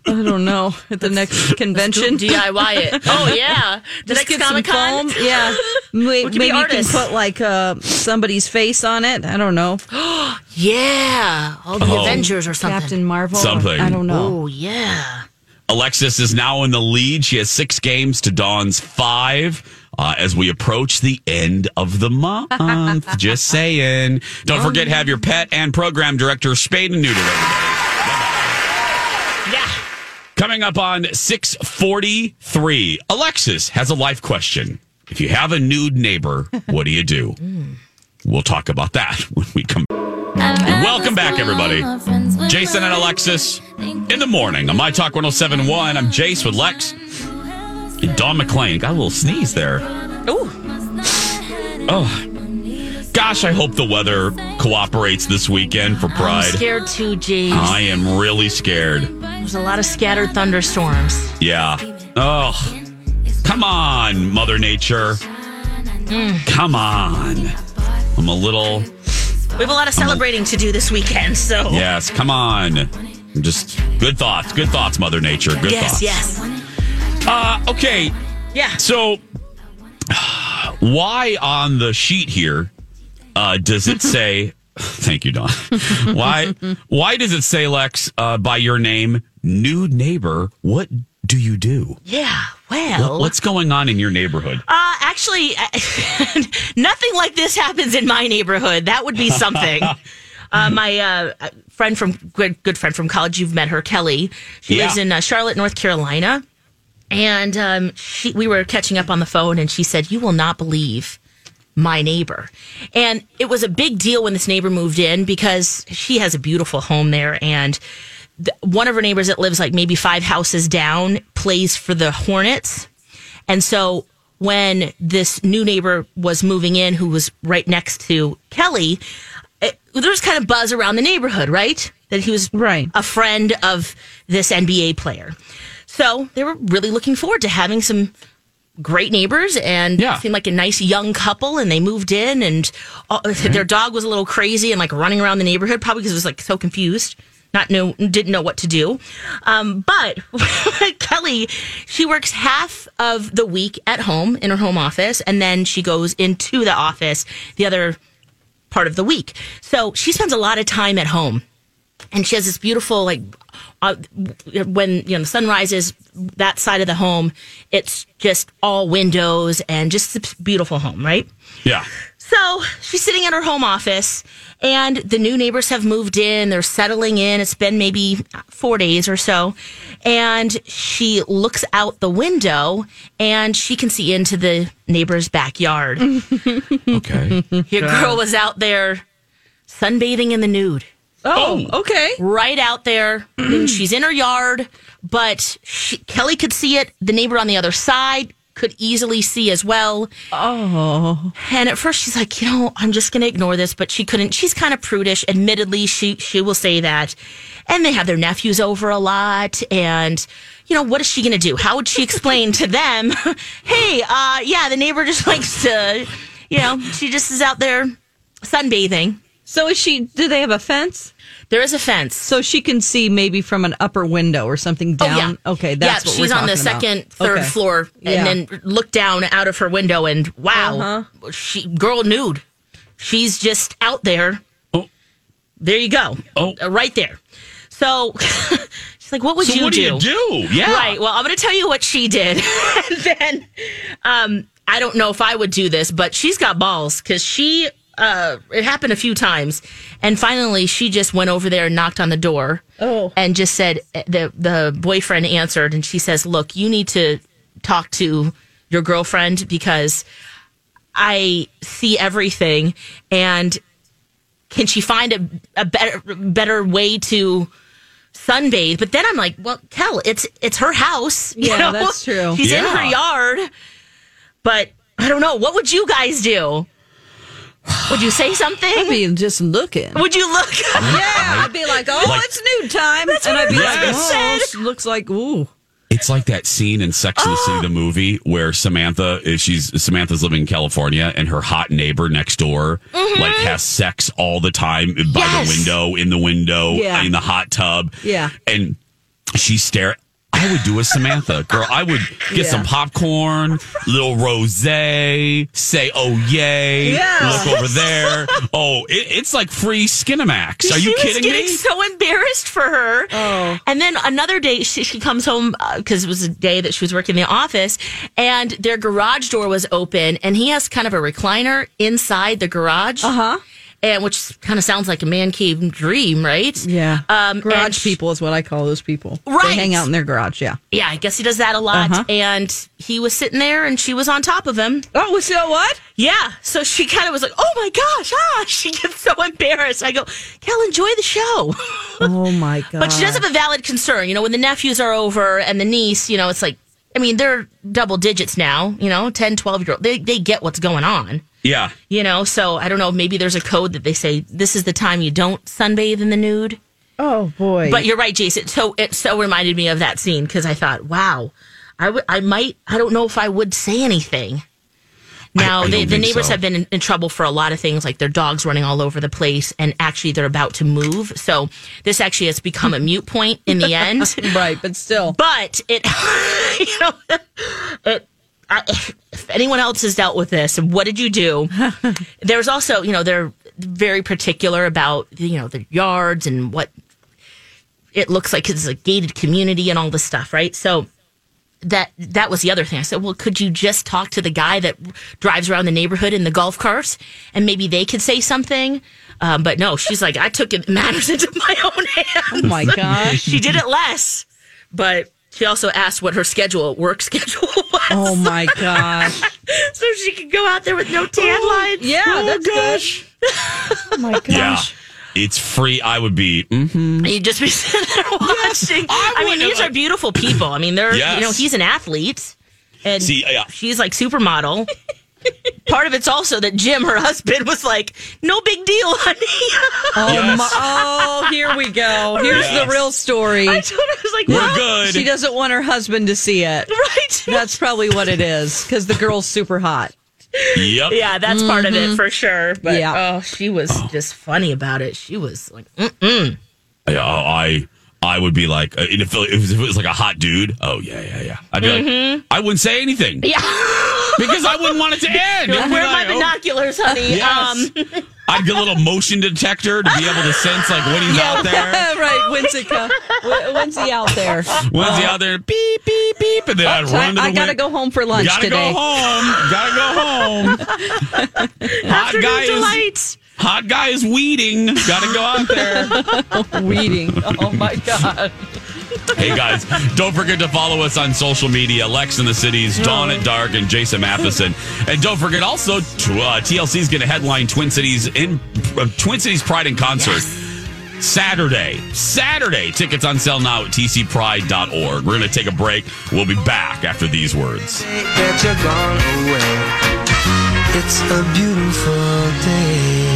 [SPEAKER 6] I don't know at the next convention.
[SPEAKER 1] DIY it. Oh yeah, the next
[SPEAKER 6] Just get some
[SPEAKER 1] Comic Con.
[SPEAKER 6] foam. Yeah, May-
[SPEAKER 1] We can be
[SPEAKER 6] maybe you can
[SPEAKER 1] artists.
[SPEAKER 6] put like uh, somebody's face on it. I don't know,
[SPEAKER 1] Yeah, all the
[SPEAKER 5] Oh.
[SPEAKER 1] Avengers or something.
[SPEAKER 6] Captain Marvel. or-
[SPEAKER 5] Something.
[SPEAKER 6] I don't know.
[SPEAKER 1] Oh yeah.
[SPEAKER 5] Alexis is now in the lead. She has six games to Dawn's five. Uh, as we approach the end of the month, just saying. Don't forget, have your pet and program director spayed and neutered. Everybody.
[SPEAKER 1] Yeah.
[SPEAKER 5] Coming up on six forty-three, Alexis has a life question. If you have a nude neighbor, what do you do? We'll talk about that when we come. Welcome back, everybody. Jason and Alexis in the morning on My Talk 1071. I'm Jace with Lex and Don McClain. Got a little sneeze there. Oh, gosh, I hope the weather cooperates this weekend for
[SPEAKER 1] I'm
[SPEAKER 5] Pride.
[SPEAKER 1] scared too, James.
[SPEAKER 5] I am really scared.
[SPEAKER 1] There's a lot of scattered thunderstorms.
[SPEAKER 5] Yeah. Oh, come on, Mother Nature. Come on. I'm a little.
[SPEAKER 1] We have a lot of celebrating to do this weekend, so
[SPEAKER 5] Yes, come on. I'm Just good thoughts. Good thoughts, Mother Nature. Good
[SPEAKER 1] yes,
[SPEAKER 5] thoughts.
[SPEAKER 1] yes.
[SPEAKER 5] Uh, okay.
[SPEAKER 1] Yeah.
[SPEAKER 5] So, why on the sheet here uh, does it say? Thank you, Don. Why? Why does it say Lex uh, by your name, new neighbor? What do you do?
[SPEAKER 1] Yeah. Well,
[SPEAKER 5] What- what's going on in your neighborhood?
[SPEAKER 1] Uh, actually, nothing like this happens in my neighborhood. That would be something. uh, my uh, friend from good, good friend from college, you've met her, Kelly. She
[SPEAKER 13] Yeah.
[SPEAKER 1] lives in uh, Charlotte, North Carolina, and um, she, we were catching up on the phone, and she said, "You will not believe." My neighbor. And it was a big deal when this neighbor moved in because she has a beautiful home there. And th- one of her neighbors that lives like maybe five houses down plays for the Hornets. And so when this new neighbor was moving in, who was right next to Kelly, it, there was kind of buzz around the neighborhood, right? That he was right. a friend of this NBA player. So they were really looking forward to having some great neighbors and seemed like a nice young couple and they moved in and all, their dog was a little crazy and like running around the neighborhood probably because it was like so confused not know didn't know what to do um, but kelly she works half of the week at home in her home office and then she goes into the office the other part of the week so she spends a lot of time at home and she has this beautiful like uh, when you know the sun rises that side of the home it's just all windows and just this beautiful home right
[SPEAKER 5] Yeah.
[SPEAKER 1] so she's sitting at her home office, and the new neighbors have moved in. They're settling in. It's been maybe four days or so. And she looks out the window and she can see into the neighbor's backyard.
[SPEAKER 5] okay.
[SPEAKER 1] Your girl was out there sunbathing in the nude.
[SPEAKER 6] Oh, okay.
[SPEAKER 1] Right out there. She's in her yard, but she, Kelly could see it. The neighbor on the other side could easily see as well. Oh. And at first she's like, you know, I'm just going to ignore this, but she couldn't. She's kind of prudish. Admittedly, she she will say that. And they have their nephews over a lot and you know, what is she going to do? How would she explain to them, "Hey, uh yeah, the neighbor just likes to, you know, she just is out there sunbathing."
[SPEAKER 6] So is she? Do they have a fence?
[SPEAKER 1] There is a fence, so
[SPEAKER 6] she can see maybe from an upper window or something down. Okay, that's
[SPEAKER 1] yeah,
[SPEAKER 6] what
[SPEAKER 1] she's
[SPEAKER 6] we're
[SPEAKER 1] on the
[SPEAKER 6] talking about.
[SPEAKER 1] second, third
[SPEAKER 6] Okay.
[SPEAKER 1] floor,
[SPEAKER 6] Yeah.
[SPEAKER 1] and then looked down out of her window, and wow,
[SPEAKER 6] Uh-huh.
[SPEAKER 1] she girl nude. She's just out there. There you go. Oh, right there. So she's like, "What would
[SPEAKER 5] So
[SPEAKER 1] you
[SPEAKER 5] what do
[SPEAKER 1] do?
[SPEAKER 5] you do? Yeah.
[SPEAKER 1] right. Well, I'm going to tell you what she did, and then um, I don't know if I would do this, but she's got balls because she. Uh, it happened a few times, and finally she just went over there and knocked on the door. Oh, and just said the the boyfriend answered, and she says, "Look, you need to talk to your girlfriend because I see everything, and can she find a, a better better way to sunbathe? But then I'm like, well, hell, it's it's her house. you
[SPEAKER 6] Yeah,
[SPEAKER 1] know?
[SPEAKER 6] that's true.
[SPEAKER 1] She's in her
[SPEAKER 6] Yeah.
[SPEAKER 1] yard. But I don't know. What would you guys do? Would you say something? I'd be
[SPEAKER 6] just looking.
[SPEAKER 1] Would you look?
[SPEAKER 6] Yeah, I'd be like, oh,
[SPEAKER 5] Like-
[SPEAKER 6] it's nude time.
[SPEAKER 1] That's
[SPEAKER 6] and
[SPEAKER 1] what
[SPEAKER 6] I'd be
[SPEAKER 5] I
[SPEAKER 6] like,
[SPEAKER 5] just
[SPEAKER 6] oh, she looks like, ooh.
[SPEAKER 5] It's like that scene in Sex and the City,
[SPEAKER 14] Oh.
[SPEAKER 5] the movie, where Samantha is she's Samantha's living in California, and her hot neighbor next door like has sex all the time by
[SPEAKER 14] Mm-hmm. Yes.
[SPEAKER 5] the window, in the window,
[SPEAKER 14] Yeah.
[SPEAKER 5] in the hot tub,
[SPEAKER 14] Yeah.
[SPEAKER 5] and she stare. I would do a Samantha girl. I would get
[SPEAKER 14] Yeah.
[SPEAKER 5] some popcorn, little rosé, say "Oh yay,"
[SPEAKER 1] Yeah.
[SPEAKER 5] look over there. Oh, it, it's like free Skinamax. Are you
[SPEAKER 1] she
[SPEAKER 5] kidding
[SPEAKER 1] was getting
[SPEAKER 5] me?
[SPEAKER 1] so embarrassed for her. Oh. And then another day, she, she comes home because it was a day that she was working in the office, and their garage door was open, and he has kind of a recliner inside the garage. Uh
[SPEAKER 6] Uh-huh.
[SPEAKER 1] huh. And which kind of sounds like a man cave dream, right? Yeah. Um, and
[SPEAKER 6] Garage
[SPEAKER 1] she-
[SPEAKER 6] people is what I call those people. They
[SPEAKER 1] Right.
[SPEAKER 6] hang out in their garage, yeah.
[SPEAKER 1] yeah, I guess he does that a lot.
[SPEAKER 6] Uh-huh.
[SPEAKER 1] And he was sitting there, and she was on top of him.
[SPEAKER 6] Oh, was she what?
[SPEAKER 1] Yeah. So she kind of was like, "Oh my gosh!" Ah, she gets so embarrassed. I go, "Kel, enjoy the show."
[SPEAKER 6] Oh, my God.
[SPEAKER 1] But she does have a valid concern. You know, when the nephews are over and the niece, you know, it's like, I mean, they're double digits now, you know, 10, 12 year old. They, they get what's going on,
[SPEAKER 5] Yeah.
[SPEAKER 1] you know? So I don't know. Maybe there's a code that they say, this is the time you don't sunbathe in the nude.
[SPEAKER 6] Oh, boy.
[SPEAKER 1] But you're right, Jason. So it so reminded me of that scene because I thought, wow, I, w- I might, I don't know if I would say anything. Now,
[SPEAKER 5] I
[SPEAKER 1] the,
[SPEAKER 5] don't
[SPEAKER 1] the
[SPEAKER 5] think
[SPEAKER 1] neighbors
[SPEAKER 5] so.
[SPEAKER 1] have been in, in trouble for a lot of things, like their dogs running all over the place, and actually they're about to move. So this actually has become a mute point in the end.
[SPEAKER 6] right, but still.
[SPEAKER 1] But it, you know, it. I, if, if anyone else has dealt with this, what did you do? There's also, you know, they're very particular about, you know, the yards and what it looks like it's a gated community and all this stuff, right? So that that was the other thing. I said, well, could you just talk to the guy that drives around the neighborhood in the golf cars, and maybe they could say something? Um, but no, she's like, I took it matters into my own hands.
[SPEAKER 6] Oh my gosh.
[SPEAKER 1] she did it less, but she also asked what her schedule, work schedule was.
[SPEAKER 6] Oh my gosh.
[SPEAKER 1] so she could go out there with no tan lines.
[SPEAKER 6] Yeah, that's good. oh my gosh.
[SPEAKER 5] Yeah. It's free. I would be. Mm-hmm.
[SPEAKER 1] You'd just be sitting there watching. I, mean, these are beautiful people. I mean, they're
[SPEAKER 5] Yes.
[SPEAKER 1] you know he's an athlete, and
[SPEAKER 5] See, yeah.
[SPEAKER 1] she's like supermodel. Part of it's also that Jim, her husband, was like, "No big deal, honey."
[SPEAKER 6] Oh, my, oh, here we go. Here's
[SPEAKER 1] Yes.
[SPEAKER 6] the real story.
[SPEAKER 1] I told her I was like, well,
[SPEAKER 6] She doesn't want her husband to see it.
[SPEAKER 1] Right.
[SPEAKER 6] That's probably what it is because the girl's super hot.
[SPEAKER 5] Yep.
[SPEAKER 1] Yeah, that's part of it
[SPEAKER 6] Mhm.
[SPEAKER 1] for sure. But
[SPEAKER 6] Yeah.
[SPEAKER 1] oh, she was just funny about it. She was like, "Mm-mm."
[SPEAKER 5] I, I I would be like, uh, if, it- if it was like a hot dude. Oh yeah, yeah, yeah. I'd be
[SPEAKER 1] Mhm.
[SPEAKER 6] Mm-hmm.
[SPEAKER 5] like, I wouldn't say anything.
[SPEAKER 1] Yeah.
[SPEAKER 5] Because I wouldn't want it to end.
[SPEAKER 1] You're like,
[SPEAKER 5] It'd be
[SPEAKER 1] Where are my
[SPEAKER 5] like, oh.
[SPEAKER 1] binoculars, honey?
[SPEAKER 5] Yes.
[SPEAKER 1] Um,
[SPEAKER 5] I'd get a little motion detector to be able to sense like when he's out there.
[SPEAKER 6] right. When's, it co- wh- when's he out there?
[SPEAKER 5] When's he out there? Beep beep beep, and then I'd
[SPEAKER 6] So I,
[SPEAKER 5] run to the
[SPEAKER 6] Uh-huh. Oh, I gotta
[SPEAKER 5] win-
[SPEAKER 6] go home for lunch
[SPEAKER 5] Gotta
[SPEAKER 6] today.
[SPEAKER 5] go home. Gotta go home. hot
[SPEAKER 6] Afternoon
[SPEAKER 5] guy
[SPEAKER 6] delight.
[SPEAKER 5] is hot guy is weeding. Gotta go out there.
[SPEAKER 6] Weeding. Oh my god.
[SPEAKER 5] hey guys, don't forget to follow us on social media. Lex in the cities, Dawn at dark, and Jason Matheson. And don't forget also t- uh, TLC is going to headline Twin Cities in uh, Twin Cities Pride in concert. Saturday, Saturday. Tickets on sale now at tcpride.org. We're going to take a break. We'll be back after these words.
[SPEAKER 13] that you're gone away. It's a beautiful day.